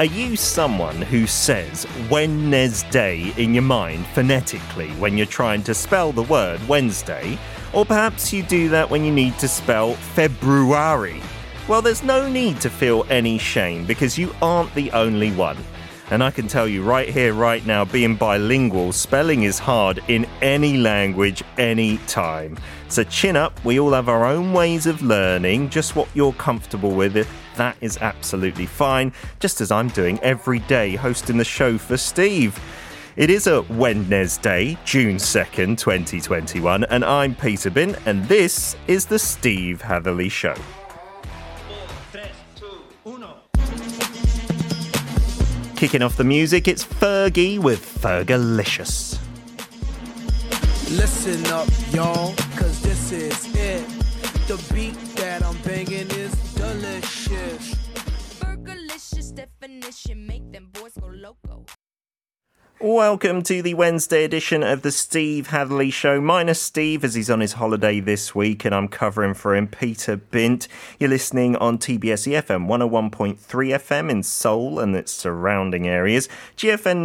Are you someone who says Wednesday in your mind phonetically when you're trying to spell the word Wednesday? Or perhaps you do that when you need to spell February? Well, there's no need to feel any shame because you aren't the only one. And I can tell you right here, right now, being bilingual, spelling is hard in any language, any time. So chin up, we all have our own ways of learning, just what you're comfortable with. That is absolutely fine, just as I'm doing every day hosting the show for Steve. It is a Wednesday, June 2nd, 2021, and I'm Peter Bin, and this is the Steve Hatherley Show. Kicking off the music, it's Fergie with Fergalicious. Listen up, y'all, cause this is it. The beat that I'm banging is delicious. Fergalicious definition, make them boys go loco. Welcome to the Wednesday edition of the Steve Hadley Show. Minus Steve, as he's on his holiday this week, and I'm covering for him, Peter Bint. You're listening on TBS EFM 101.3 FM in Seoul and its surrounding areas, GFN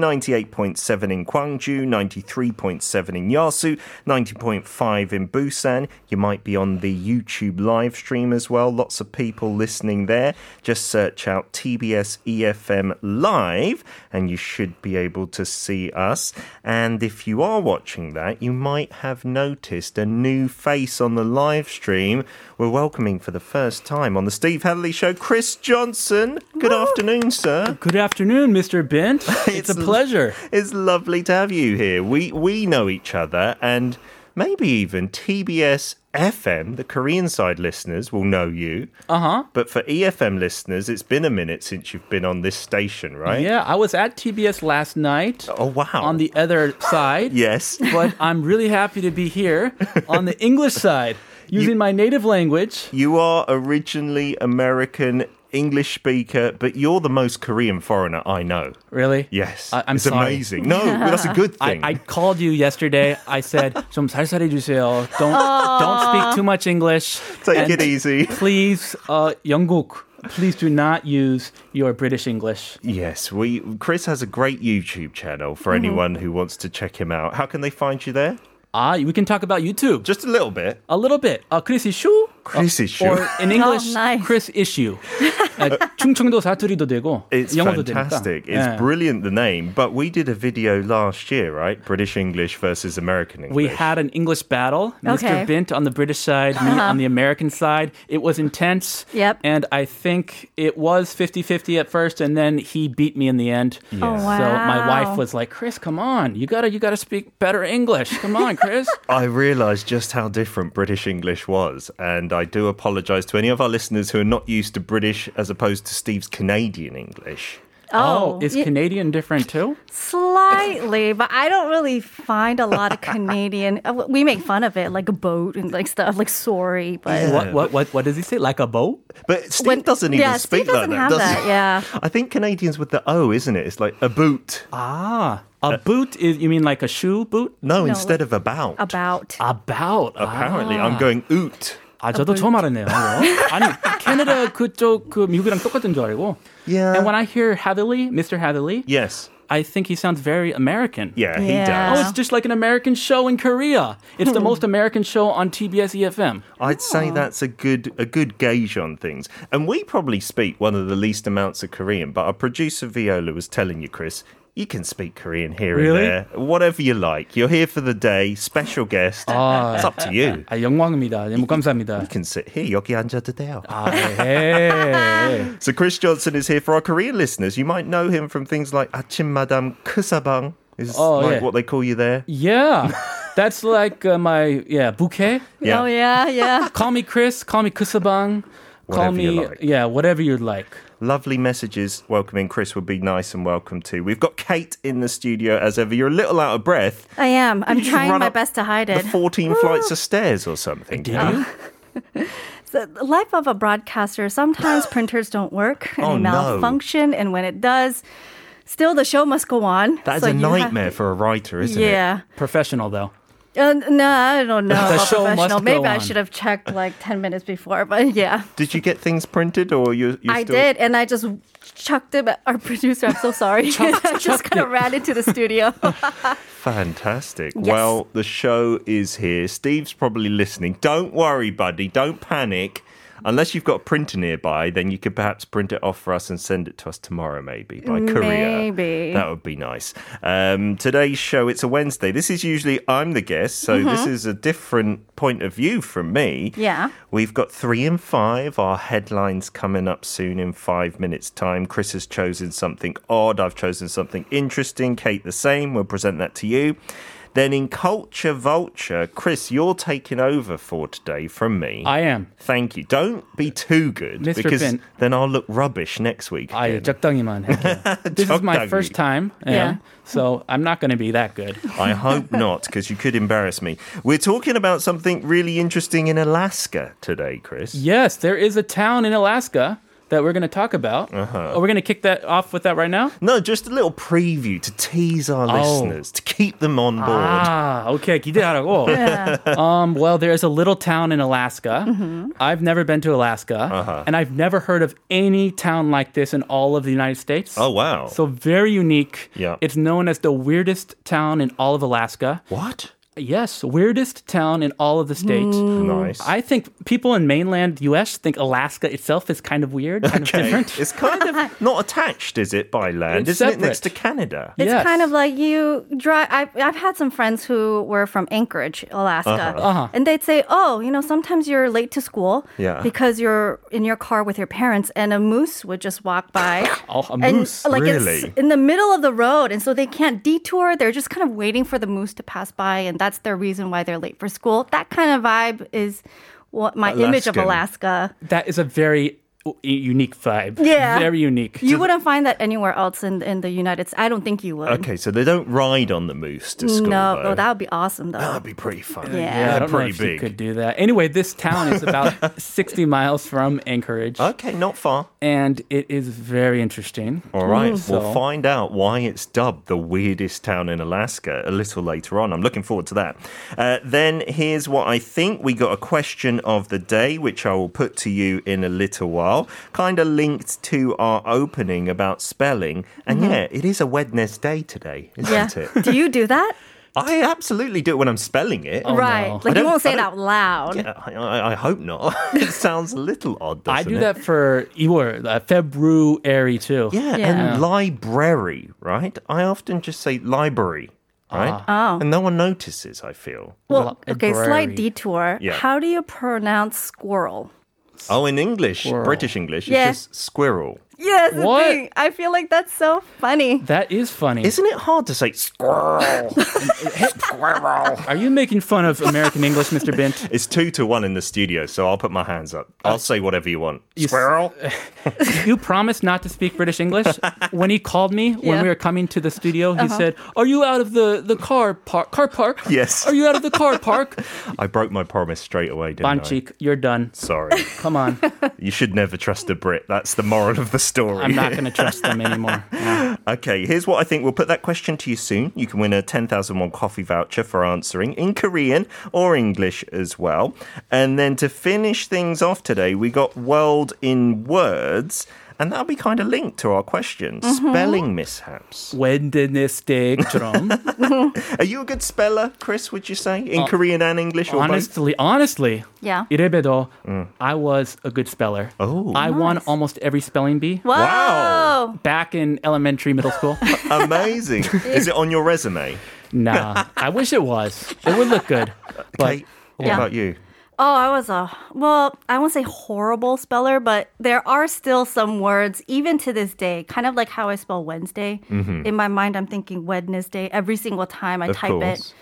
98.7 in Gwangju, 93.7 in Yasu, 90.5 in Busan. You might be on the YouTube live stream as well. Lots of people listening there. Just search out TBS EFM E Live, and you should be able to see us. And if you are watching that, you might have noticed a new face on the live stream. We're welcoming for the first time on the Steve Hadley Show, Chris Johnson. Good afternoon, sir. Good afternoon, Mr. Bent. It's, a It's- pleasure. It's lovely to have you here. We we know each other, and maybe even TBS FM, the Korean side listeners, will know you. Uh Uh-huh. huh. But for EFM listeners, it's been a minute since you've been on this station, right? Yeah, I was at TBS last night Oh wow. on the other side. yes. But I'm really happy to be here on the English side using my native language. You are originally American English speaker, but you're the most Korean foreigner I know. Really? Yes, I, am it's sorry. amazing. No, well, that's a good I, thing. I called you yesterday. I said, 좀 살살해 주세요. Don't don't speak too much English. Take And it easy. Please, uh, 영국. Please do not use your British English. Yes, we. Chris has a great YouTube channel for Mm-hmm. anyone who wants to check him out. How can they find you there? Ah, we can talk about YouTube. Just a little bit. A little bit. Uh, Chris issue? Chris issue. Or in English, Oh, nice. Chris issue. Uh, 충청도 사투리도 되고 It's 영어도 fantastic. 되니까. It's brilliant, the name. But we did a video last year, right? British English versus American English. We had an English battle, Okay. Uh-huh. Mr. Bint on the British side, me on the American side. It was intense. Yep. And I think it was 50-50 at first, and then he beat me in the end. Oh, wow. So my wife was like, "Chris, come on, you gotta, you gotta speak better English. Come on, Chris." I realised just how different British English was, and I do apologise to any of our listeners who are not used to British as opposed to Steve's Canadian English. oh, is y- Canadian different too? slightly, but I don't really find a lot of Canadian. uh, w- We make fun of it, like a boat and like stuff, like sorry, but What, what, what, what does he say? Like a boat? But Steve When- doesn't even yeah, Steve speak like doesn't that, have does he? that, yeah. I think Canadians with the O, isn't it? It's like a boot. Ah, a Uh, boot is you mean like a shoe boot? No, No, instead of about. about. Ah, About Apparently, Ah. I'm going oot. 아, 저도 처음 알았네요. 이거. 아니, 캐나다 그쪽 그 미국이랑 똑같은 줄 알고. Yeah. And when I hear Hatherley, Mr. Hatherley, Yes. I think he sounds very American. Yeah, he Oh, Yeah. does. it's just like an American show in Korea. It's the most American show on TBS EFM. I'd say that's a good a good gauge on things. And we probably speak one of the least amounts of Korean, but our producer Viola was telling you, Chris, you can speak Korean here Really? and there. Whatever you like. You're here for the day, special guest. Ah. it's up to you. 아, 영광입니다. 너무 감사합니다. You can sit here, 여기 앉아도 돼요. 아, 예. So Chris Johnson is here for our Korean listeners. You might know him from things like 아침 마담 크사방 is Oh, like yeah. what they call you there. Oh, Yeah. That's like uh, my yeah, bouquet. Oh yeah, yeah. Call me Chris, call me Kusabang. Whatever Call you me like. yeah, whatever you'd like. Lovely messages welcoming Chris would be nice and welcome too. We've got Kate in the studio as ever. You're a little out of breath. I am. I'm You should trying run my up best to hide it. Ah. The 14 flights of stairs or something. Do Yeah. you? the the life of a broadcaster, sometimes printers don't work and Oh, they no. malfunction, and when it does, still the show must go on. That is So a you have- nightmare for a writer, isn't yeah. Professional though. Uh, no, I don't know. The about show must professional. go Maybe I on. should have checked like 10 minutes before, but yeah. Did you get things printed or you? you I still... did, and I just chucked it at our producer. I'm so sorry. I just kind of ran into the studio. Fantastic. Yes. Well, the show is here. Steve's probably listening. Don't worry, buddy. Don't panic. Unless you've got a printer nearby, then you could perhaps print it off for us and send it to us tomorrow, maybe by courier. Maybe. That would be nice. Um, today's show, it's a Wednesday. This is usually I'm the guest, so this Mm-hmm. is a different point of view from me. Yeah. We've got three and five. Our headlines coming up soon in five minutes' time. Chris has chosen something odd. I've chosen something interesting. Kate, the same. We'll present that to you. Then in Culture Vulture, Chris, you're taking over for today from me. I am. Thank you. Don't be too good Mr. because Finn. then I'll look rubbish next week. I again. 적당히만 할게요. This is 적당히. my first time. Yeah. Yeah. So I'm not going to be that good. I hope not because you could embarrass me. We're talking about something really interesting in Alaska today, Chris. Yes, there is a town in Alaska that we're going to talk about. Uh-huh. Are we going to kick that off with that right now? No, just a little preview to tease our Oh. listeners, to keep them on board. Ah, okay. 기대하라고. Um, well, there is a little town in Alaska. I've never been to Alaska, Uh-huh. and I've never heard of any town like this in all of the United States. Oh, wow. So very unique. Yeah. It's known as the weirdest town in all of Alaska. what? Yes, weirdest town in all of the state. Nice. Mm, I think people in mainland US think Alaska itself is kind of weird, Okay. kind of different. It's kind of not attached, is it, by land? It's Isn't it next to separate. Canada? It's Yes. kind of like you drive. I've, I've had some friends who were from Anchorage, Alaska, and they'd say, "Oh, you know, sometimes you're late to school Yeah. because you're in your car with your parents, and a moose would just walk by, Oh, a and uh, moose. like it's Really? in the middle of the road, and so they can't detour. They're just kind of waiting for the moose to pass by, and that's their reason why they're late for school. That kind of vibe is what my image of Alaskan. Alaska. That is a very u- unique vibe. Yeah. Very unique. You wouldn't find that anywhere else in in the United States. I don't think you would. Okay, so they don't ride on the moose to school. No, though. oh, that would be awesome though. would be pretty fun. Yeah. Yeah, I They're don't know pretty if you big. could do that. Anyway, this town is about 60 miles from Anchorage, Okay, not far. and it is very interesting. All right, So- we'll find out why it's dubbed the weirdest town in Alaska a little later on. I'm looking forward to that. Uh, then here's what I think. We got a question of the day, which I will put to you in a little while, kind of linked to our opening about spelling. And yeah, it is a Wednesday today, isn't it? do you do that? I absolutely do it when I'm spelling it. right. Oh, no. Like I you don't- won't say I it out loud. Yeah, I, I, I hope not. it sounds a little odd, doesn't I do it? that for Iwar, uh, February too. Yeah, Yeah. and library, right? I often just say library, right? Ah. Oh. And no one notices, I feel. Well, Li- okay, library. slight detour. Yeah. How do you pronounce squirrel? Oh, in English, Squirrel. British English, Yeah. it's just squirrel. Yes, the What? thing. I feel like that's so funny. That is funny. Isn't it hard to say squirrel? Are you making fun of American English, Mr. Bint? it's two to one in the studio, so I'll put my hands up. I'll Uh, say whatever you want. squirrel? You promised not to speak British English. When he called me when Yeah. we were coming to the studio, he said, "Are you out of the the car park? Car park? Yes. Are you out of the car park? I broke my promise straight away, didn't I? Banchik, you're done. Sorry. Come on, you should never trust a Brit. That's the moral of the story. I'm not going to trust them anymore." No. Okay, here's what I think. We'll put that question to you soon. You can win a 10,000 won coffee voucher for answering in Korean or English as well. And then to finish things off today, we got World in Words, and that'll be kind of linked to our question Mm-hmm. spelling mishaps. Wednesday, drum. Are you a good speller, Chris, would you say, in Korean and English or both? honestly, honestly, Yeah. 이래봬도 I was a good speller. Oh. I won almost every spelling bee Wow. Wow. back in elementary, middle school. Amazing. Is it on your resume? nah, I wish it was. It would look good, Kate, but. what Yeah. about you? Oh, I was a well, I won't say horrible speller, but there are still some words even to this day, kind of like how I spell Wednesday. In my mind I'm thinking Wednesday every single time Mm-hmm. I Of type it. course.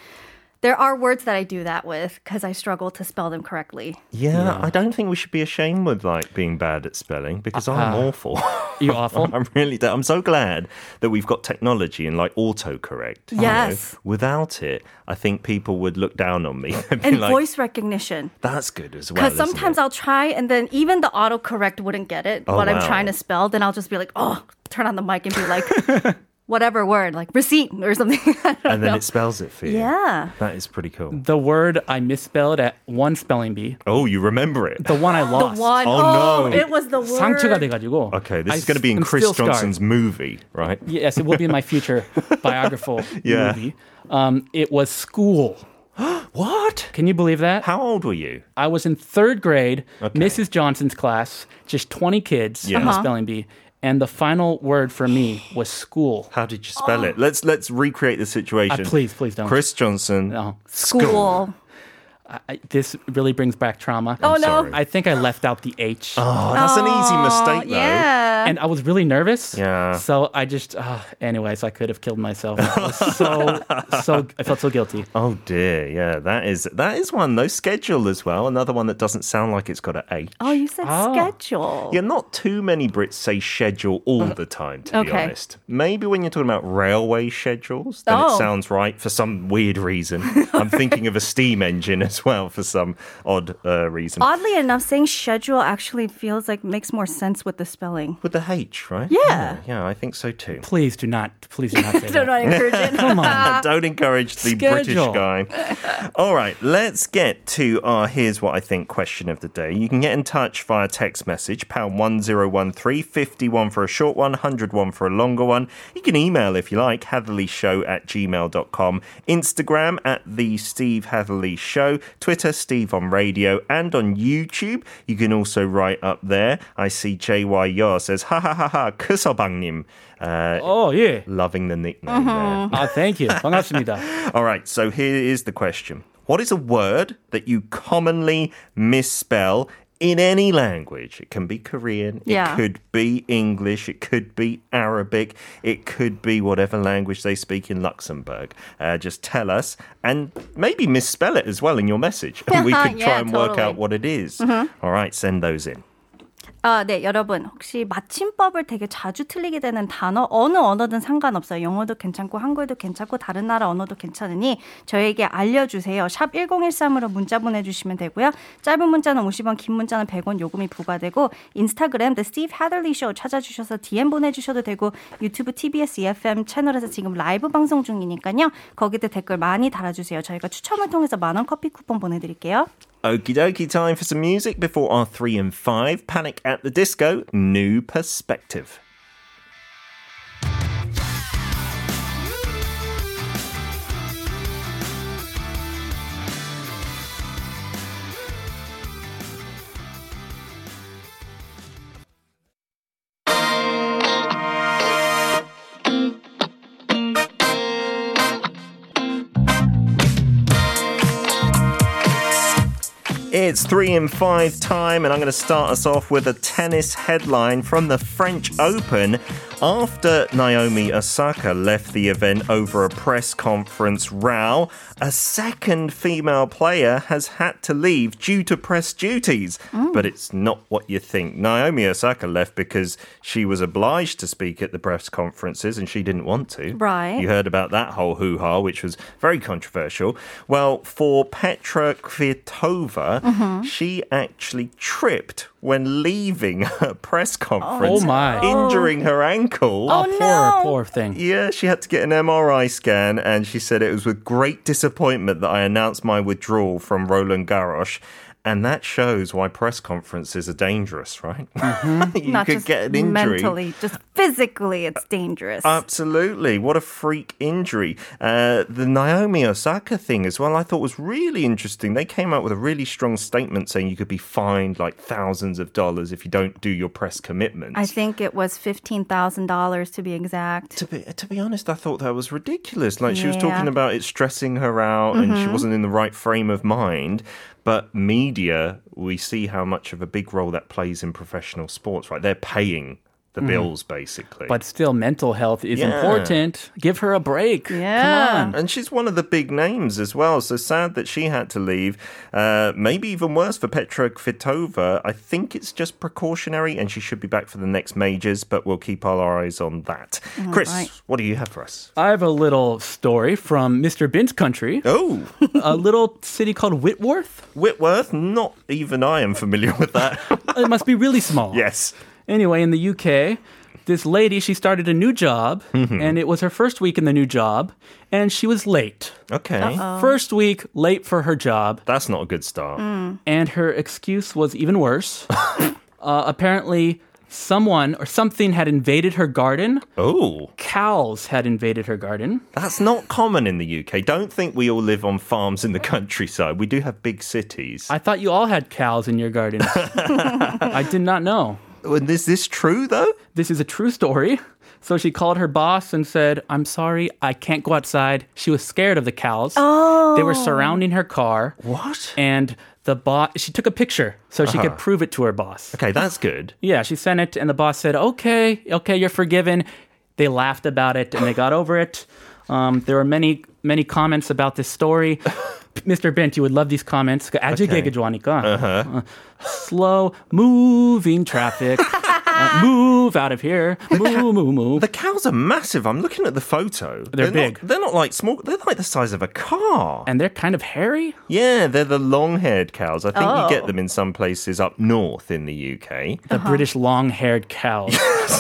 There are words that I do that with cuz I struggle to spell them correctly. Yeah, I don't think we should be ashamed with like being bad at spelling because I'm awful. You're awful. I'm really. d- I'm so glad that we've got technology and like autocorrect. you know. Yes. Without it, I think people would look down on me They'd be And like, voice recognition. That's good as well. isn't Because it?" sometimes I'll try, and then even the autocorrect wouldn't get it, Oh, what wow. I'm trying to spell. Then I'll just be like, oh, turn on the mic and be like, whatever word, like receipt or something. and then it spells it for you. Yeah. That is pretty cool. The word I misspelled at one spelling bee, Oh, you remember it. the one I lost. One. Oh, no. oh, it was the 상처가 word. 돼가지고. Okay, this I is going to be in am Chris still scarred. Johnson's movie, right? Yes, it will be in my future biographical Yeah. movie. Um, it was school. What? Can you believe that? How old were you? I was in third grade, Mrs. Johnson's class, just 20 kids Yeah. in the Uh-huh. spelling bee, and the final word for me was school. How did you spell it? Let's let's recreate the situation. Uh, please, please don't. Chris Johnson. No. School. I, this really brings back trauma. Oh, no. sorry. I think I left out the H. Oh, that's an easy mistake, though. Yeah. and I was really nervous. Yeah. So I just, uh, anyways, I could have killed myself. I was so, so, I felt so guilty. Oh dear, yeah, that is that is one though. Schedule as well, another one that doesn't sound like it's got an A. Oh, you said Oh. schedule. Yeah, not too many Brits say schedule all the time, to be Mm. okay. honest. Maybe when you're talking about railway schedules, then it Oh. sounds right for some weird reason. I'm thinking of a steam engine as well for some odd uh, reason. Oddly enough, saying schedule actually feels like makes more sense with the spelling. With the H, right? Yeah, Yeah. yeah, I think so too. Please do not, please do not say Don't that. encourage it. Come on. Don't encourage the Uh, British Schedule. guy. All right, let's get to our here's what I think question of the day. You can get in touch via text message, pound 1013, 51 for a short one, 101 for a longer one. You can email if you like, heathershow at gmail.com, Instagram at the Steve Hatherley Show, Twitter, Steve on Radio, and on YouTube. You can also write up there. I see JY Yor says, ha ha ha ha, kusobangnim. Uh, Oh, yeah. Loving the nickname there. Ah, thank you. 반갑습니다. All right, so here is the question What is a word that you commonly misspell in any language? It can be Korean, it Yeah. could be English, it could be Arabic, it could be whatever language they speak in Luxembourg. Uh, just tell us and maybe misspell it as well in your message. And we could try Yeah, and work totally. Mm-hmm. out what it is. All right, send those in. 아, 네, 여러분 혹시 마침법을 되게 자주 틀리게 되는 단어 어느 언어든 상관없어요. 영어도 괜찮고 한글도 괜찮고 다른 나라 언어도 괜찮으니 저에게 알려주세요. 샵 #1013으로 문자 보내주시면 되고요. 짧은 문자는 50원, 긴 문자는 100원 요금이 부과되고 인스타그램 The Steve Hatherley Show 찾아주셔서 DM 보내주셔도 되고 유튜브 TBS EFM 채널에서 지금 라이브 방송 중이니까요. 거기에 댓글 많이 달아주세요. 저희가 추첨을 통해서 만원 커피 쿠폰 보내드릴게요. Okie dokie, time for some music before our three and five. Panic at the Disco, New Perspective. It's three and five time, and I'm going to start us off with a tennis headline from the French Open. After Naomi Osaka left the event over a press conference row, a second female player has had to leave due to press duties. But it's not what you think. Naomi Osaka left because she was obliged to speak at the press conferences and she didn't want to. Right. You heard about that whole hoo ha, which was very controversial. Well, for Petra Kvitova, Mm-hmm. she actually tripped when leaving a press conference, Oh, my. injuring her ankle. Oh, poor, poor thing. Yeah, she had to get an MRI scan, and she said it was with great disappointment that I announced my withdrawal from Roland Garros. And that shows why press conferences are dangerous, right? Mm-hmm. you Not could just get an injury. 아, mentally, just physically, it's dangerous. Absolutely. What a freak injury. Uh, the Naomi Osaka thing as well, I thought was really interesting. They came out with a really strong statement saying you could be fined like thousands of dollars if you don't do your press commitments. I think it was fifteen thousand dollars to be exact. to be, to be honest, I thought that was ridiculous. Like, she was Yeah. Mm-hmm. talking about it stressing her out and she wasn't in the right frame of mind. But media, we see how much of a big role that plays in professional sports, right? They're paying the Mm. bills, basically. But still, mental health is Yeah. important. Give her a break. Yeah. Come on. And she's one of the big names as well. So sad that she had to leave. Uh, maybe even worse for Petra Kvitova. I think it's just precautionary and she should be back for the next majors, but we'll keep our eyes on that. Chris, what do you have for us? I have a little story from Mr. Bin's country, Oh, a little city called Whitworth. Whitworth, not even I am familiar with that. It must be really small. yes. Anyway, in the UK, this lady, she started a new job, and it was her first week in the new job, and she was late. Okay. First week, late for her job, That's not a good start. and her excuse was even worse. uh, apparently, someone or something had invaded her garden. Oh, Cows had invaded her garden. that's not common in the UK. Don't think we all live on farms in the countryside. We do have big cities. I thought you all had cows in your garden. I did not know. Oh, Is this true though? This is a true story. So she called her boss and said, I'm sorry, I can't go outside. She was scared of the cows. Oh. They were surrounding her car. What? And the boss, she took a picture so she could prove it to her boss. Okay, that's good. Yeah, she sent it, and the boss said, "Okay, okay, you're forgiven." They laughed about it and they got over it. Um, there were many, many comments about this story. Mr. Bent, you would love these comments. 아주 개그 좋아하니까. Uh, Slow moving traffic. Uh, move out of here. Move, move, move. The cows are massive. I'm looking at the photo. They're not- big. they're not like small. They're like the size of a car. And they're kind of hairy. Yeah, they're the long-haired cows. I think you get Oh. them in some places up north in the UK. The British long-haired cows.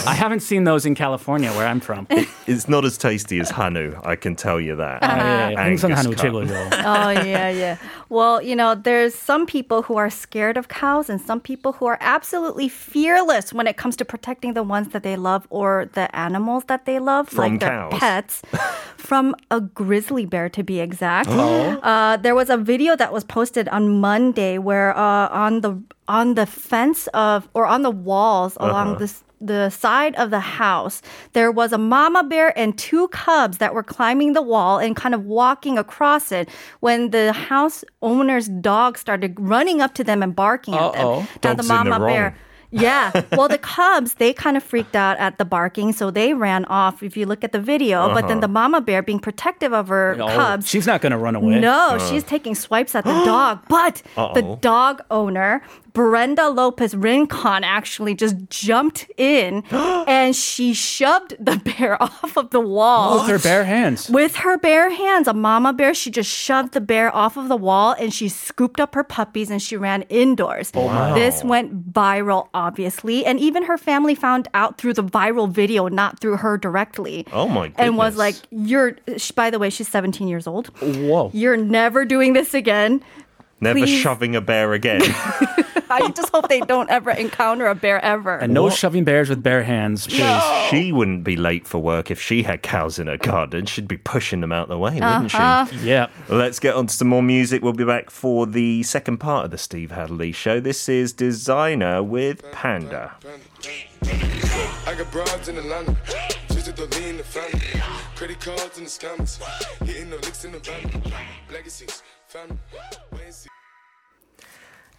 I haven't seen those in California, where I'm from. It's not as tasty as Hanu, I can tell you Ah. that. 예, Angus 항상 한우 cut. 최고죠. oh yeah, yeah. Well, you know, there's some people who are scared of cows and some people who are absolutely fearless when it comes to protecting the ones that they love or the animals that they love, From like their cows. pets, from a grizzly bear to be exact. Uh, there was a video that was posted on Monday where uh, on the on the fence of or on the walls along this the side of the house, there was a mama bear and two cubs that were climbing the wall and kind of walking across it when the house owner's dog started running up to them and barking at them. Uh-oh. Dog's Now the in the mama wrong. bear. Yeah. Well, the cubs, they kind of freaked out at the barking, so they ran off if you look at the video. But then the mama bear, being protective of her Oh, cubs, she's not going to run away. no, she's taking swipes at the dog. But the Uh-oh. dog owner, Brenda Lopez Rincon, actually just jumped in and she shoved the bear off of the wall. With her bare hands. With her bare hands, a mama bear, she just shoved the bear off of the wall and she scooped up her puppies and she ran indoors. Oh, This went viral, obviously. And even her family found out through the viral video, not through her directly. Oh my goodness. And was like, You're, sh- by the way, she's 17 years old. Whoa. You're never doing this again. never please. shoving a bear again. I just hope they don't ever encounter a bear ever. And no shoving bears with bare hands, please. She wouldn't be late for work if she had cows in her garden. She'd be pushing them out the way, wouldn't she? Yeah. Let's get on to some more music. We'll be back for the second part of the Steve Hadley show. This is Designer with Panda. I got broads in Atlanta, just at the lean in the family. Credit cards in the scammers, hitting the licks in the van. Legacies, family, wait and see.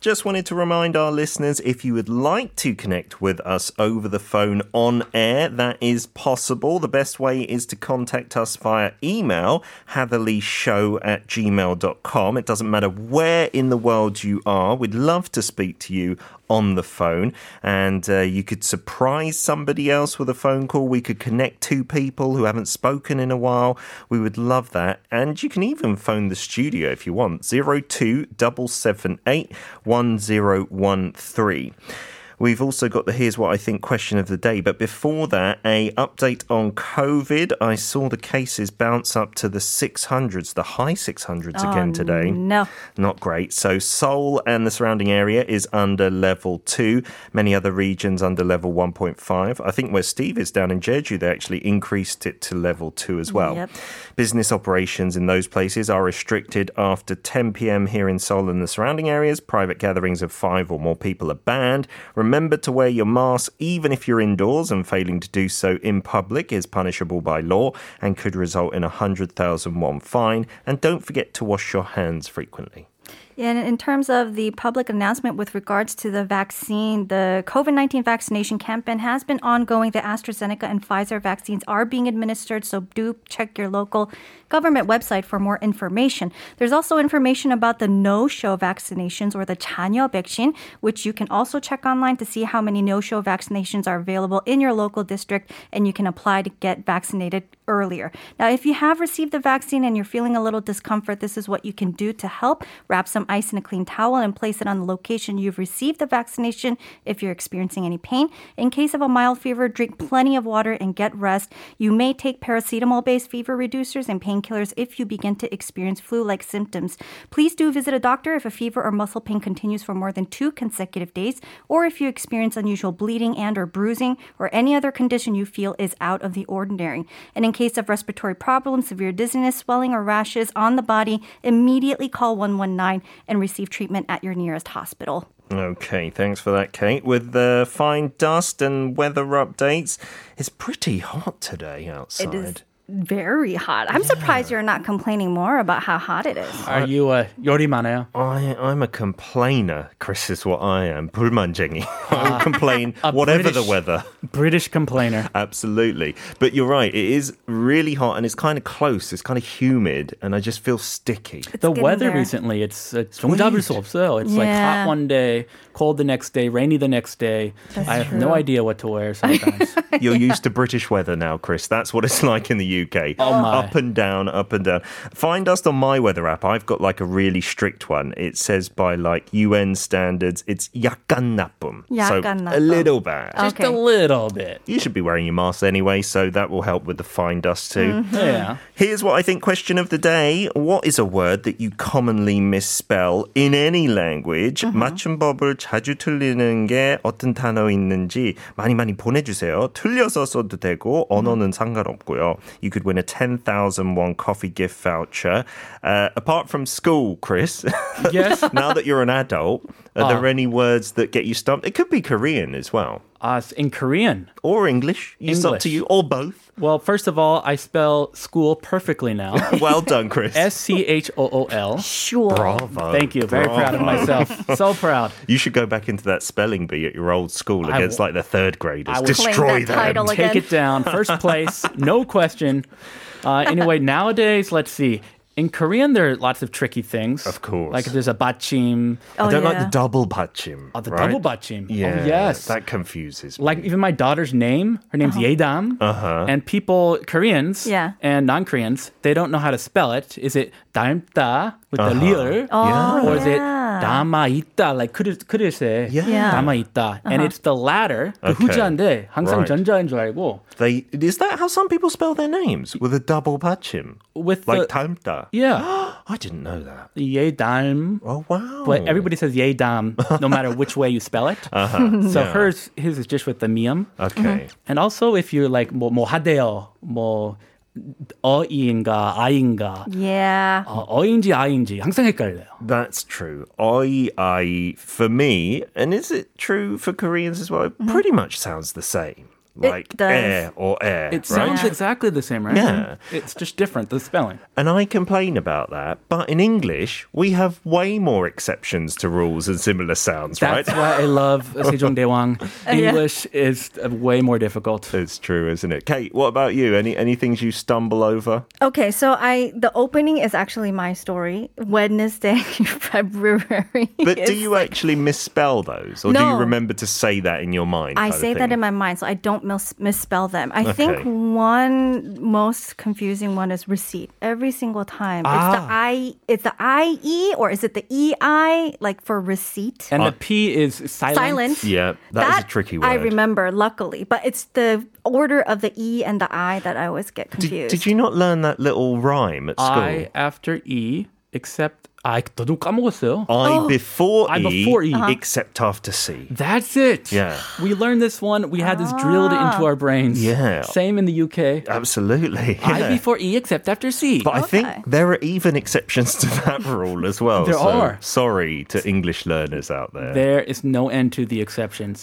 Just wanted to remind our listeners if you would like to connect with us over the phone on air, that is possible. The best way is to contact us via email, hatherleyshow at gmail.com. It doesn't matter where in the world you are, we'd love to speak to you on the phone. And uh, you could surprise somebody else with a phone call. We could connect two people who haven't spoken in a while. We would love that. And you can even phone the studio if you want 02778 1013. We've also got the here's what I think question of the day, but before that, a update on COVID. I saw the cases bounce up to the 600s, the high 600s again today. no. Not great. So Seoul and the surrounding area is under level two. Many other regions under level 1.5. I think where Steve is down in Jeju, they actually increased it to level two as well. Yep. Business operations in those places are restricted after 10 p.m. here in Seoul and the surrounding areas. Private gatherings of five or more people are banned. Remember to wear your mask even if you're indoors, and failing to do so in public is punishable by law and could result in a 100,000 won fine. And don't forget to wash your hands frequently. And in terms of the public announcement with regards to the vaccine, the COVID 19 vaccination campaign has been ongoing. The AstraZeneca and Pfizer vaccines are being administered, so do check your local government website for more information. There's also information about the no show vaccinations or the 잔여 vaccine, which you can also check online to see how many no show vaccinations are available in your local district and you can apply to get vaccinated earlier. Now, if you have received the vaccine and you're feeling a little discomfort, this is what you can do to help. Wrap some some ice and a clean towel and place it on the location you've received the vaccination if you're experiencing any pain. In case of a mild fever, drink plenty of water and get rest. You may take paracetamol based fever reducers and painkillers if you begin to experience flu like symptoms. Please do visit a doctor if a fever or muscle pain continues for more than two consecutive days or if you experience unusual bleeding and or bruising or any other condition you feel is out of the ordinary. And in case of respiratory problems, severe dizziness, swelling or rashes on the body, immediately call 119 and receive treatment at your nearest hospital. Okay, thanks for that, Kate. With the fine dust and weather updates, it's pretty hot today outside. very hot. I'm surprised you're not complaining more about how hot it is. Are you uh, a 요리만해요? I, I'm a complainer, Chris, is what I am. 불만쟁이. I'll complain Ah. A whatever the British- weather. British complainer. Absolutely. But you're right, it is really hot and it's kind of close, it's kind of humid, and I just feel sticky. the getting weather there. recently, it's it's 종잡을 수 없어요. It's like Yeah. hot one day, cold the next day, rainy the next day. I have no idea what to wear sometimes. You're used to British weather now, Chris. That's what it's like in the UK. Oh my. Up and down, up and down. Find us on my weather app. I've got like a really strict one. It says by like UN standards, it's 약간 나쁨. So a 약간 나쁨. little bad. Just Okay. a little bit. You should be wearing your mask anyway, so that will help with the fine dust Mm-hmm. too. Yeah. Here's what I think question of the day. What is a word that you commonly misspell in any language? Mm-hmm. 맞춤법을 자주 틀리는 게 어떤 단어 있는지 많이 많이 보내주세요. 틀려서 써도 되고 언어는 상관없고요. You could win a 10,000 won coffee gift voucher. Uh, apart from school, Chris, Yes. now that you're an adult, are Ah. there any words that get you stumped? It could be Korean as well. Uh, in Korean. Or English. It's up to English. you. Or both. Well, first of all, I spell school perfectly now. Well done, Chris. S C H O O L. Sure. Bravo. Thank you. Oh, Very proud of Bravo. myself. So proud. You should go back into that spelling bee at your old school I against will- like the third graders. I will claim Destroy that them. title again. Take it down. First place. No question. Uh, anyway, nowadays, let's see. In Korean, there are lots of tricky things. Of course. Like there's a bachim. Oh, I don't like yeah. the double bachim. Oh, the right? double bachim. Yeah. Oh, yes. That confuses me. like even my daughter's name, her name's Yedam. Uh-huh. And people, Koreans Yeah. and non Koreans, they don't know how to spell it. Is it daimta with the Uh-huh. liur? Oh, Or is it yeah. damaita? Like, could it, could it say Yeah. damaita? Uh-huh. And it's the latter. 그 Okay. 후자인데, 항상 Right. 전자인 줄 알고. they is that how some people spell their names? With a double bachim. With like the- tamta. Yeah. I didn't know that. Yedam. Oh wow. But everybody says Yedam, no matter which way you spell it. Uh-huh. So hers, his is just with the mium. Okay. Mm-hmm. And also, if you're like 뭐, 뭐 하대요, 뭐 어이인가 아인가 Yeah. 어, 어인지 아인지 항상 헷갈려요. That's true. I I for me, and is it true for Koreans as well? It pretty much sounds the same. Like Mm-hmm. does. air or air. It right? sounds exactly the same, right? Yeah. It's just different, the spelling. And I complain about that. But in English, we have way more exceptions to rules and similar sounds, That's right? why I love Sejong Daewang. English is uh, way more difficult. It's true, isn't it? Kate, what about you? Any any things you stumble over? Okay, so I the opening is actually my story. Wednesday, February. But do is- you actually misspell those? Or do you No. remember to say that in your mind? kind of I say that thing? in my mind, so I don't mis- misspell them. I think Okay. one most confusing one is receipt. Every single time, it's Ah. the I, it's the I E, or is it the E I, like for receipt? And Uh, the P is silent. Silent. Yeah, that is a tricky word. I remember, luckily, but it's the order of the E and the I that I always get Did, confused. did you not learn that little rhyme at school? I after E, except I 너도 까먹었어요. I Oh. before E, I before E. Uh-huh. except after C. That's it. Yeah. Ah. We learned this one. We had this drilled into our brains. Yeah. Same in the UK. Absolutely. I yeah. before E except after C. But I Okay. think there are even exceptions to that rule as well. There so are. Sorry to English learners out there. There is no end to the exceptions.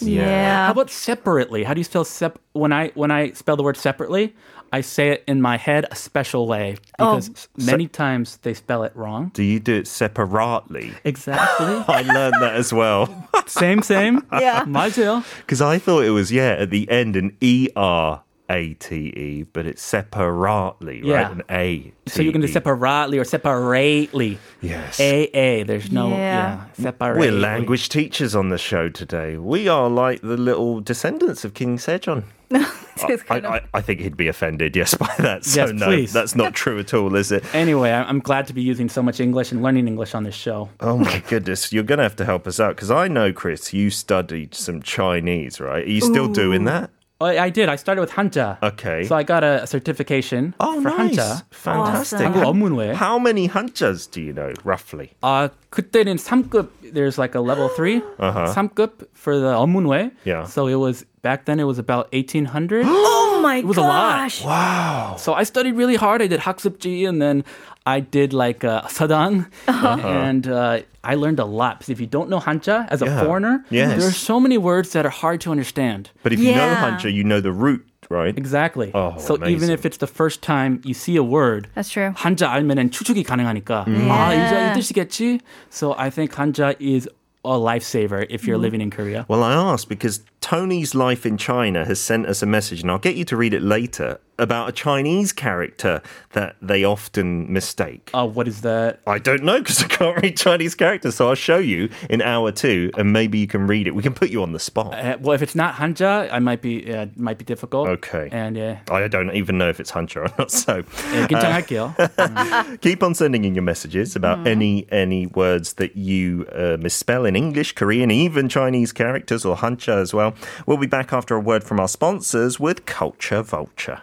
How yeah. about separately? How do you spell sep? When I when I spell the word separately, I say it in my head a special way Oh. because many times they spell it wrong. Do you do it separately? Exactly. I learned that as well same, same. Yeah. 맞아요. because I thought it was yeah at the end an e r a t e, but it's separately, Yeah. right? An a. E. So you can do separately or separately. Yes. AA. There's no yeah. Yeah. separately. We're language teachers on the show today. We are like the little descendants of King Sejong. is I, kind of I, I think he'd be offended, yes, by that. So Yes, no, please. that's not true at all, is it? Anyway, I- I'm glad to be using so much English and learning English on this show. Oh my goodness, you're going to have to help us out because I know, Chris, you studied some Chinese, right? Are you still doing that? I, I did. I started with Hanja. Okay. So I got a, a certification Oh, for nice, Hanja. fantastic. Awesome. 한국 업문회. How many hunters do you know, roughly? Uh, 그때는 3급, there's like a level 3, uh 3급 for the 업문회. Uh-huh. Yeah. So it was, back then it was about 1800. Oh my was a lot. gosh. so I studied really hard. I did 학습지 and then I did like uh, sadang. Uh-huh. And uh, I learned a lot. Because if you don't know Hanja as a Yeah. foreigner, Yes. there are so many words that are hard to understand. But if you know Yeah. hunter, you know the root, right? Exactly. Oh, so even amazing. if it's the first time you see a word, That's true. 한자 알면은 추측이 가능하니까. 아, 이제 이 뜻이겠지. So I think 한자 is a lifesaver if Mm-hmm. you're living in Korea. Well, I asked because Tony's life in China has sent us a message, and I'll get you to read it later about a Chinese character that they often mistake. Uh, what is that? I don't know because I can't read Chinese characters, so I'll show you in hour two, and maybe you can read it. We can put you on the spot. Uh, well, if it's not hanja, I might be yeah, it might be difficult. Okay. And yeah, I don't even know if it's hunter or not. So uh, 긴장할게요. keep on sending in your messages about any any words that you uh, misspell in English, Korean, even Chinese characters or hunter as well. We'll be back after a word from our sponsors with Culture Vulture.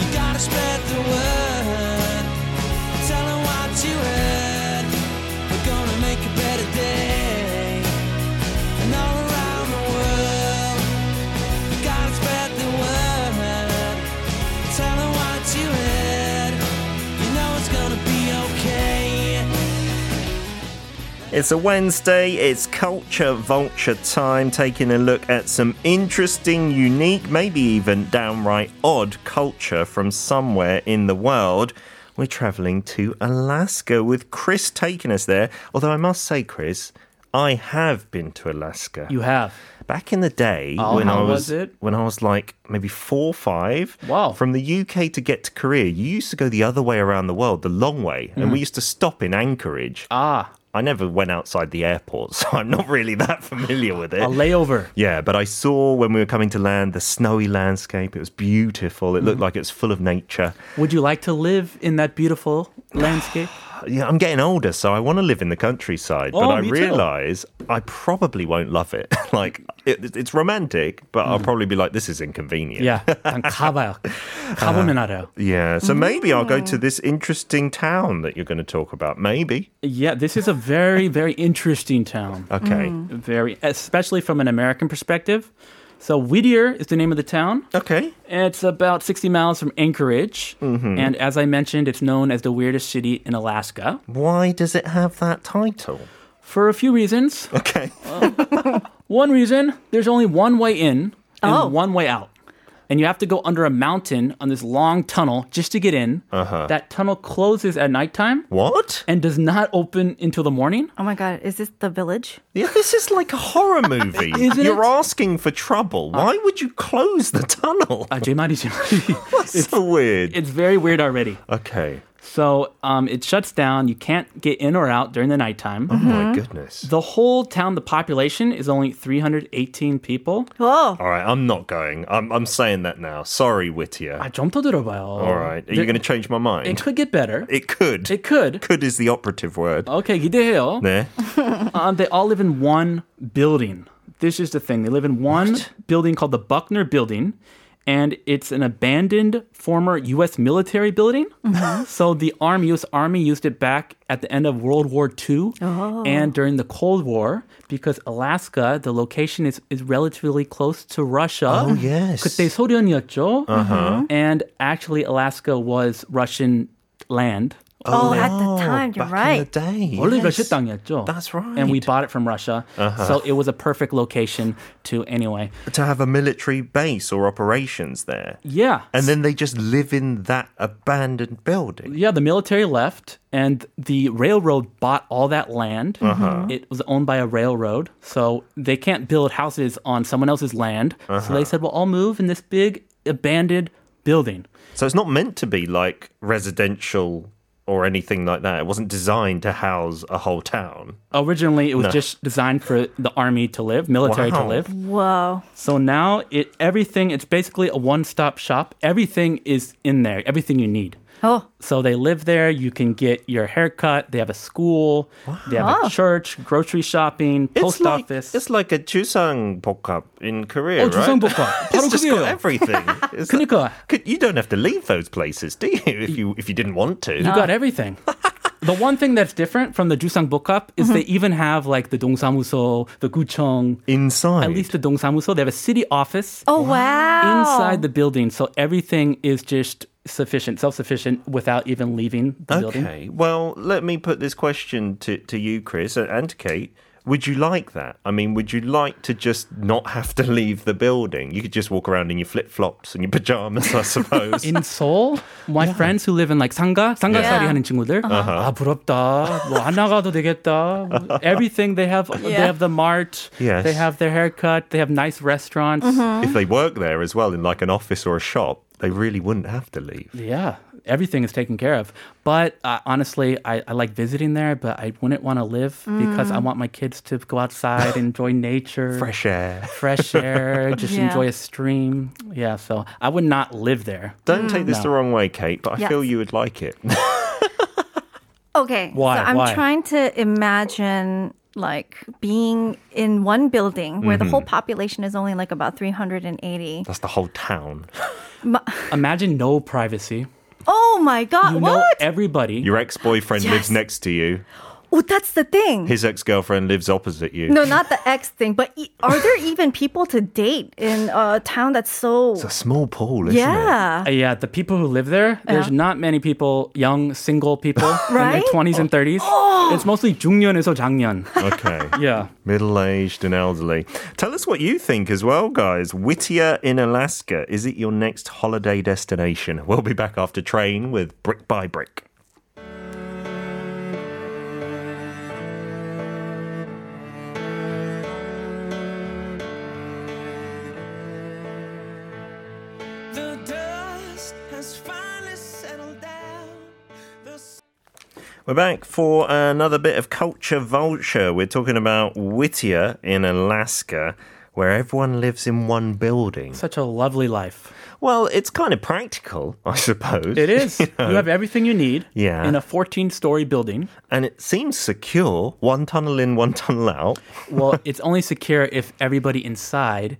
You gotta spread the word. Tell 'em what you heard. We're gonna make a better day. And all around the world, you gotta spread the word. Tell 'em what you heard. You know it's gonna be okay. It's a Wednesday, it's Culture Vulture time, taking a look at some interesting, unique, maybe even downright odd culture from somewhere in the world. We're traveling to Alaska with Chris taking us there. Although I must say, Chris, I have been to Alaska. you have. Back in the day, Oh, when I how was, was it? when I was like maybe four, five, Wow. from the UK to get to Korea, you used to go the other way around the world, the long way, and we used to stop in Anchorage. Hmm. Ah, I never went outside the airport, so I'm not really that familiar with a it. layover. Yeah, but I saw when we were coming to land the snowy landscape. It was beautiful. It Hmm. looked like it was full of nature. Would you like to live in that beautiful landscape? Yeah, I'm getting older, so I want to live in the countryside, Oh, but I me too. realize I probably won't love it. like, it, it's romantic, but Hmm. I'll probably be like, this is inconvenient. yeah. 난 가봐요. 가보면 알아요. Yeah, so maybe I'll go to Mm. this interesting town that you're going to talk about. Maybe. Yeah, this is a very, very interesting town. Okay. Mm. Very, especially from an American perspective. So Whittier is the name of the town. Okay. It's about 60 miles from Anchorage. And as I mentioned, it's known as the weirdest city in Alaska Why does it have that title? for a few reasons. Okay. one reason, there's only one way in and Oh. one way out. And you have to go under a mountain on this long tunnel just to get in. That tunnel closes at nighttime what? and does not open until the morning. Oh my god, is this the village? Yeah, this is like a horror movie. Isn't You're it? Uh, asking for trouble. Why would you close the tunnel? 아, 제 말이죠. That's so weird. it's very weird already. okay. So um, it shuts down. You can't get in or out during the nighttime. Oh my goodness. Hmm? The whole town, the population is only 318 people. Whoa. All right, I'm not going. I'm, I'm saying that now. Sorry, Whittier. 아, 좀더 들어봐요. All right. Are you going to change my mind? It could get better. It, Oh. It could. could. could is the operative word. Okay, 기대해요. There. Um, they all live in one building. This is the thing. They live in one building called the Buckner Building, and it's an abandoned former U.S. military building. Mm-hmm. so the Army, U.S. Army, used it back at the end of World War II Oh. and during the Cold War because Alaska, the location is, is relatively close to Russia. Oh, yes. Uh-huh. 그때 소련이었죠. And actually, Alaska was Russian land. Oh, at the Ah, time, you're Back in right. the day. 원래 yes. 러시아 땅이었죠. That's right. Uh-huh. And we bought it from Russia. So it was a perfect location to anyway. To have a military base or operations there. Yeah. And then they just live in that abandoned building. yeah, the military left and the railroad bought all that land. Uh-huh. It was owned by a railroad. So they can't build houses on someone else's land. So Uh-huh. they said, well, I'll move in this big abandoned building. So it's not meant to be like residential or anything like that. It wasn't designed to house a whole town. Originally, it No. was just designed for the army to live, military to Wow. live. Whoa. So now it everything it's basically a one-stop shop. Everything is in there. Everything you need. Oh, So they live there. You can get your haircut. They have a school. They have a Wow. church, grocery shopping, it's post like, office. It's like a Chuseong Bokkap in Korea, Oh, right? 주성복합. 바로 It's just got 그거예요. everything. It's like- 그러니까 could- you don't have to leave those places, do you? If you if you didn't want to. you Ah. got everything. the one thing that's different from the Jusang Book Cup is they Mm-hmm. even have like the Dongsamuso, the Guchong, Inside. at least the Dongsamuso. They have a city office oh wow. inside the building, so everything is just sufficient, self-sufficient, without even leaving the building. Okay. Well, let me put this question to, to you, Chris, and- and to Kate. Would you like that? I mean, would you like to just not have to leave the building? You could just walk around in your flip flops and your pajamas, I suppose. In Seoul, my friends who live in like 상가, 상가살이 Yeah. Uh-huh. 하는 친구들, Uh-huh. 아 부럽다. 뭐안 나가도 되겠다. Everything they have, they Yeah. have the mart. Yes. They have their haircut. They have nice restaurants. Mm-hmm. if they work there as well, in like an office or a shop, they really wouldn't have to leave. Yeah, everything is taken care of. But uh, honestly, I, I like visiting there, but I wouldn't want to live Mm. because I want my kids to go outside, enjoy nature, Fresh air. fresh air, just Yeah. enjoy a stream. Yeah, so I would not live there. Don't take this the No. wrong way, Kate, but I Yes. feel you would like it. Okay. Why? So I'm Why? trying to imagine like being in one building where the whole Mm-hmm. population is only like about 380. That's the whole town. Imagine no privacy. Oh my god. You know what? everybody. Your ex boyfriend lives Yes. next to you, oh, that's the thing. his ex girlfriend lives opposite you. No, not the ex thing, but e- are there even people to date in a town that's so It's a small pool, isn't it? Yeah. Uh, yeah, the people who live there, there's not many people, young, single people in Uh-huh. Right? Oh. their 20s and 30s. It's mostly 중년에서 작년. Okay. Yeah. Middle aged and elderly. Tell us what you think as well, guys. Whittier in Alaska, is it your next holiday destination? We'll be back after train with Brick by Brick. The dust has finally settled down. The We're back for another bit of culture vulture. We're talking about Whittier in Alaska, where everyone lives in one building. Such a lovely life. Well, it's kind of practical, I suppose. It is. You have everything you need Yeah. in a 14 story building. And it seems secure. One tunnel in, one tunnel out. Well, it's only secure if everybody inside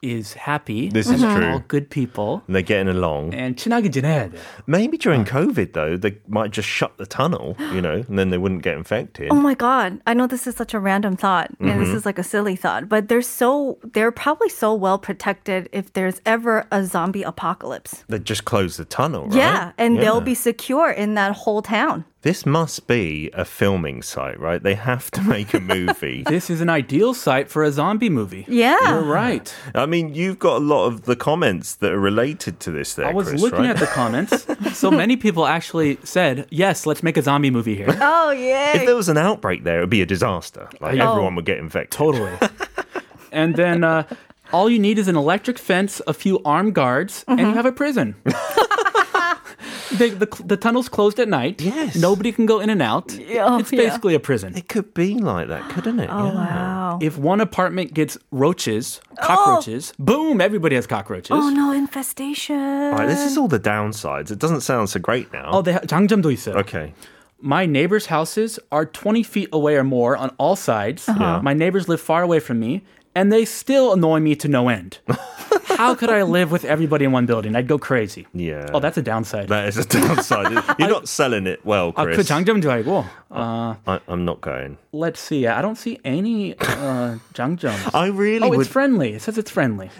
is happy. This is and true. All good people. And they're getting along. And 친하게 지내야 돼. Maybe during COVID, though, they might just shut the tunnel, you know, and then they wouldn't get infected. Oh my god. I know this is such a random thought and Mm-hmm. this is like a silly thought, but they're so they're probably so well protected if there's ever a zombie apocalypse. They'd just close the tunnel, right? Yeah, and Yeah. they'll be secure in that whole town. This must be a filming site, right? They have to make a movie. This is an ideal site for a zombie movie. You're Yeah. right. I mean, you've got a lot of the comments that are related to this there, I was Chris, right? looking at the comments. so many people actually said, yes, let's make a zombie movie here. Oh yeah. if there was an outbreak there, it would be a disaster. Like, Yeah. Oh. everyone would get infected. Totally. and then uh, all you need is an electric fence, a few armed guards, Mm-hmm. and you have a prison. the, the, the tunnel's closed at night. Yes. Nobody can go in and out. Yeah, oh, it's yeah. basically a prison. It could be like that, couldn't it? Oh wow. If one apartment gets roaches, cockroaches, boom, everybody has cockroaches. Oh no, infestation. All right, this is all the downsides. It doesn't sound so great now. Oh, they ha- 장점도 있어요. okay. My neighbors' houses are 20 feet away or more on all sides. Uh-huh. My neighbors live far away from me, and they still annoy me to no end. How could I live with everybody in one building? I'd go crazy. Yeah. Oh, that's a downside. Uh, That is a downside. You're not selling it well, 아, 그 Chris. 장점도 알고. I, I'm not going. Let's see. I don't see any uh, 장점. I really Oh, would. it's friendly. It says it's friendly.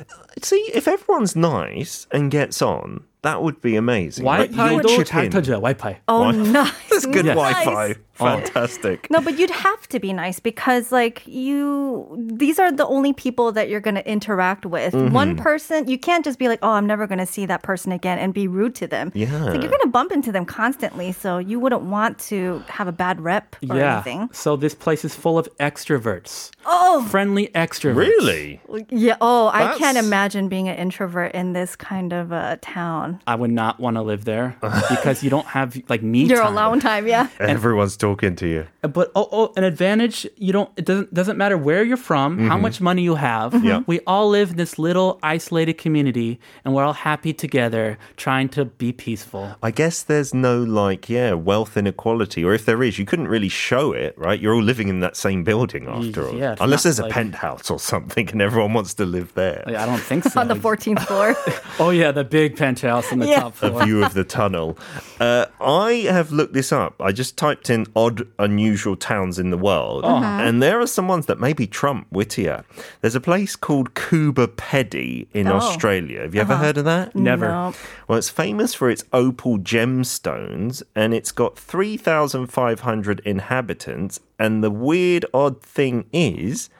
See, if everyone's nice and gets on, that would be amazing. Like, you all 와이파이도 chip 잘 in. 터져요. 와이파이. oh Wi- no. That's good Yes. Wi-Fi. Fantastic. No, but you'd have to be nice because like you these are the only people that you're going to interact with. One person, you can't just be like, "Oh, I'm never going to see that person again" and be rude to them. Yeah. It's Like you're going to bump into them constantly, so you wouldn't want to have a bad rep or yeah. anything. So this place is full of extroverts. Oh. Friendly extroverts. Really? Yeah, oh, I can't That's- imagine being an introvert in this kind of a town. I would not want to live there because you don't have like me Your time. alone time, yeah. Everyone's talking to you. But oh, oh, an advantage you don't it doesn't doesn't matter where you're from, how much money you have. Mm-hmm. Yeah. We all live in this little isolated community and we're all happy together trying to be peaceful. I guess there's no like, yeah, wealth inequality, or if there is, you couldn't really show it, right? You're all living in that same building after all, yeah, it's unless not there's a like- penthouse or something, and everyone wants to live there. Like, I don't think so. On the 14th floor. Oh yeah, the big penthouse in the Yeah. top a floor. view of the tunnel. Uh, I have looked this up. I just typed in odd, unusual towns in the world, and there are some ones that maybe trump Whittier. There's a place called Cuba Pedy in Oh. Australia. Have you ever heard of that? Never. No. Well, it's famous for its opal gemstones, and it's got 3,500 inhabitants. And the weird, odd thing is,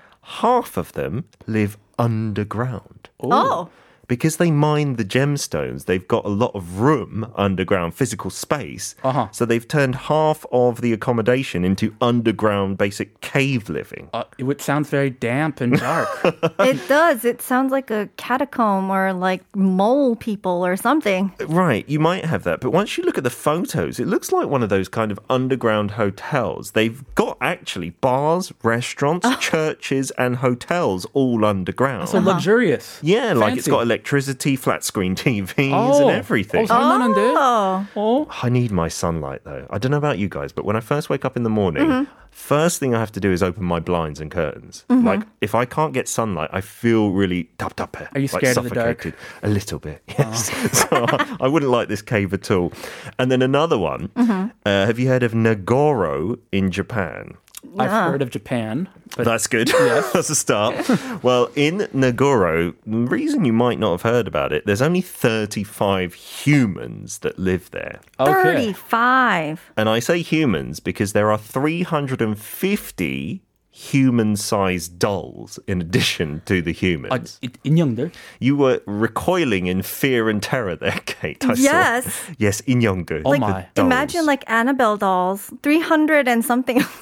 half of them live underground. Oh. Because they mine the gemstones, they've got a lot of room underground, physical space. Uh-huh. So they've turned half of the accommodation into underground, basic cave living. Uh, it would- sounds very damp and dark. It does. It sounds like a catacomb or like mole people or something. Right, you might have that, but once you look at the photos, it looks like one of those kind of underground hotels. They've got actually bars, restaurants, churches, and hotels all underground. so luxurious. yeah, like it's Fancy. got electricity, flat screen TVs, Oh, and everything. 어, 살만한데? Oh. 어? I need my sunlight though. I don't know about you guys, but when I first wake up in the morning, Mm-hmm. first thing I have to do is open my blinds and curtains. Mm-hmm. Like if I can't get sunlight, I feel really tap tap. Are you scared of the dark? Oh. A little bit, yes. so I, I wouldn't like this cave at all. And then another one. Mm-hmm. Uh, have you heard of Nagoro in Japan? I've heard of Japan, but That's good. That's a start. Well, in Nagoro, the reason you might not have heard about it, there's only 35 humans that live there. okay. 35. And I say humans because there are 350 human sized dolls in addition to the 아, humans. 이- 인형들? you were recoiling in fear and terror there, Kate. I saw. Yes. Yes, Inyongdu. Oh my. Imagine like Annabelle dolls, 300 and something.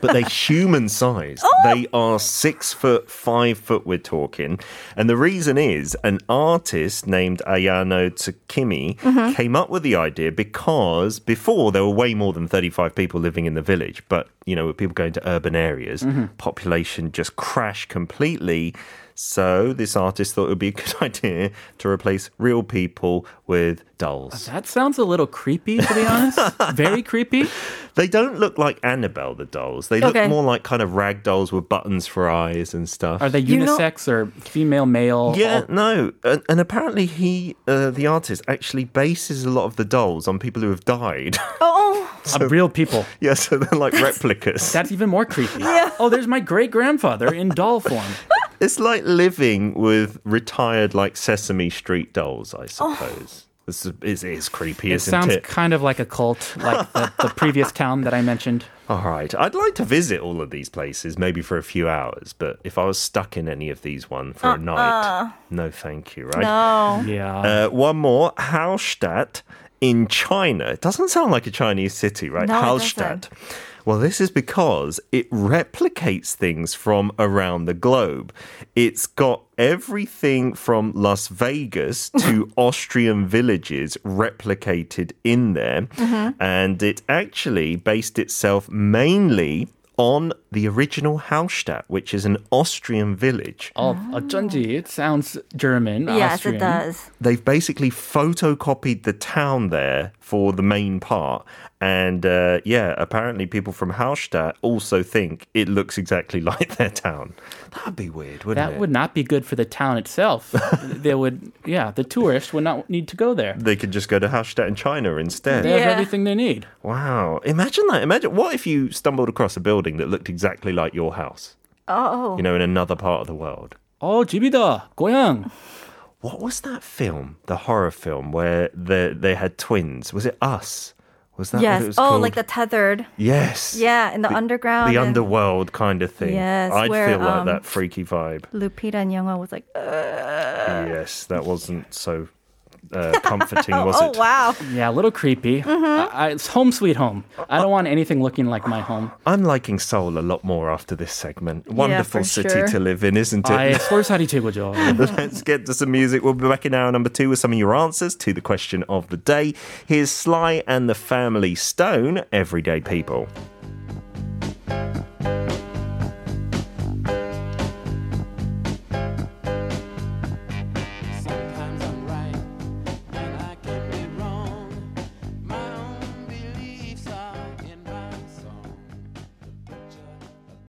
but they're human sized. They are six foot, five foot, we're talking. And the reason is an artist named Ayano Tsukimi came up with the idea because before there were way more than 35 people living in the village. But, you know, with people going to urban areas, population just crashed completely. So this artist thought it would be a good idea to replace real people with dolls. That sounds a little creepy, to be honest. Very creepy. They don't look like Annabelle the dolls. They look Okay. more like kind of rag dolls with buttons for eyes and stuff. Are they You know- unisex or female, male? Yeah, all- uh, no. And, and apparently he, uh, the artist, actually bases a lot of the dolls on people who have died. oh, uh, real people. yeah, so they're like replicas. That's even more creepy. Oh, there's my great grandfather in doll form. It's like living with retired like Sesame Street dolls, I Oh. suppose. It's, it is creepy, It isn't sounds it? kind of like a cult, like the, the previous town that I mentioned. All right. I'd like to visit all of these places, maybe for a few hours, but if I was stuck in any of these one for a night, no thank you, right? Uh, no. Yeah. Uh, one more, Hallstatt in China. It doesn't sound like a Chinese city, right? No, it Hallstatt. Well, this is because it replicates things from around the globe. It's got everything from Las Vegas to Austrian villages replicated in there. Mm-hmm. And it actually based itself mainly on the original Hallstatt, which is an Austrian village. Oh, 어쩐지. It sounds German. Yes, Austrian. it does. they've basically photocopied the town there for the main part. And uh, yeah, apparently people from Hallstatt also think it looks exactly like their town. That'd be weird, wouldn't That it? would not be good for the town itself. they would, yeah, the tourists would not need to go there. They could just go to Hallstatt in China instead. They have Yeah. everything they need. Wow. Imagine that. Imagine what if you stumbled across a building that looked exactly like your house, Oh, you know, in another part of the world. Oh, 집이다. 고향. What was that film, the horror film, where the, they had twins? Was it Us? Was that what it yes. was Oh, called? like the tethered. Yes. Yeah, in the, underground. The and underworld kind of thing. Yes, I'd where, feel like um, that freaky vibe. Lupita and Youngo was like, "Uh, yes, that wasn't so uh, comforting, was oh it? wow. Yeah, a little creepy. Mm-hmm. I, I, it's home sweet home. I don't want anything looking like my home. I'm liking Seoul a lot more after this segment. Wonderful for city sure. to live in, isn't it? I swear 살이 아, 예, 최고죠. Let's get to some music. We'll be back in hour number two with some of your answers to the question of the day. Here's Sly and the Family Stone, Everyday People.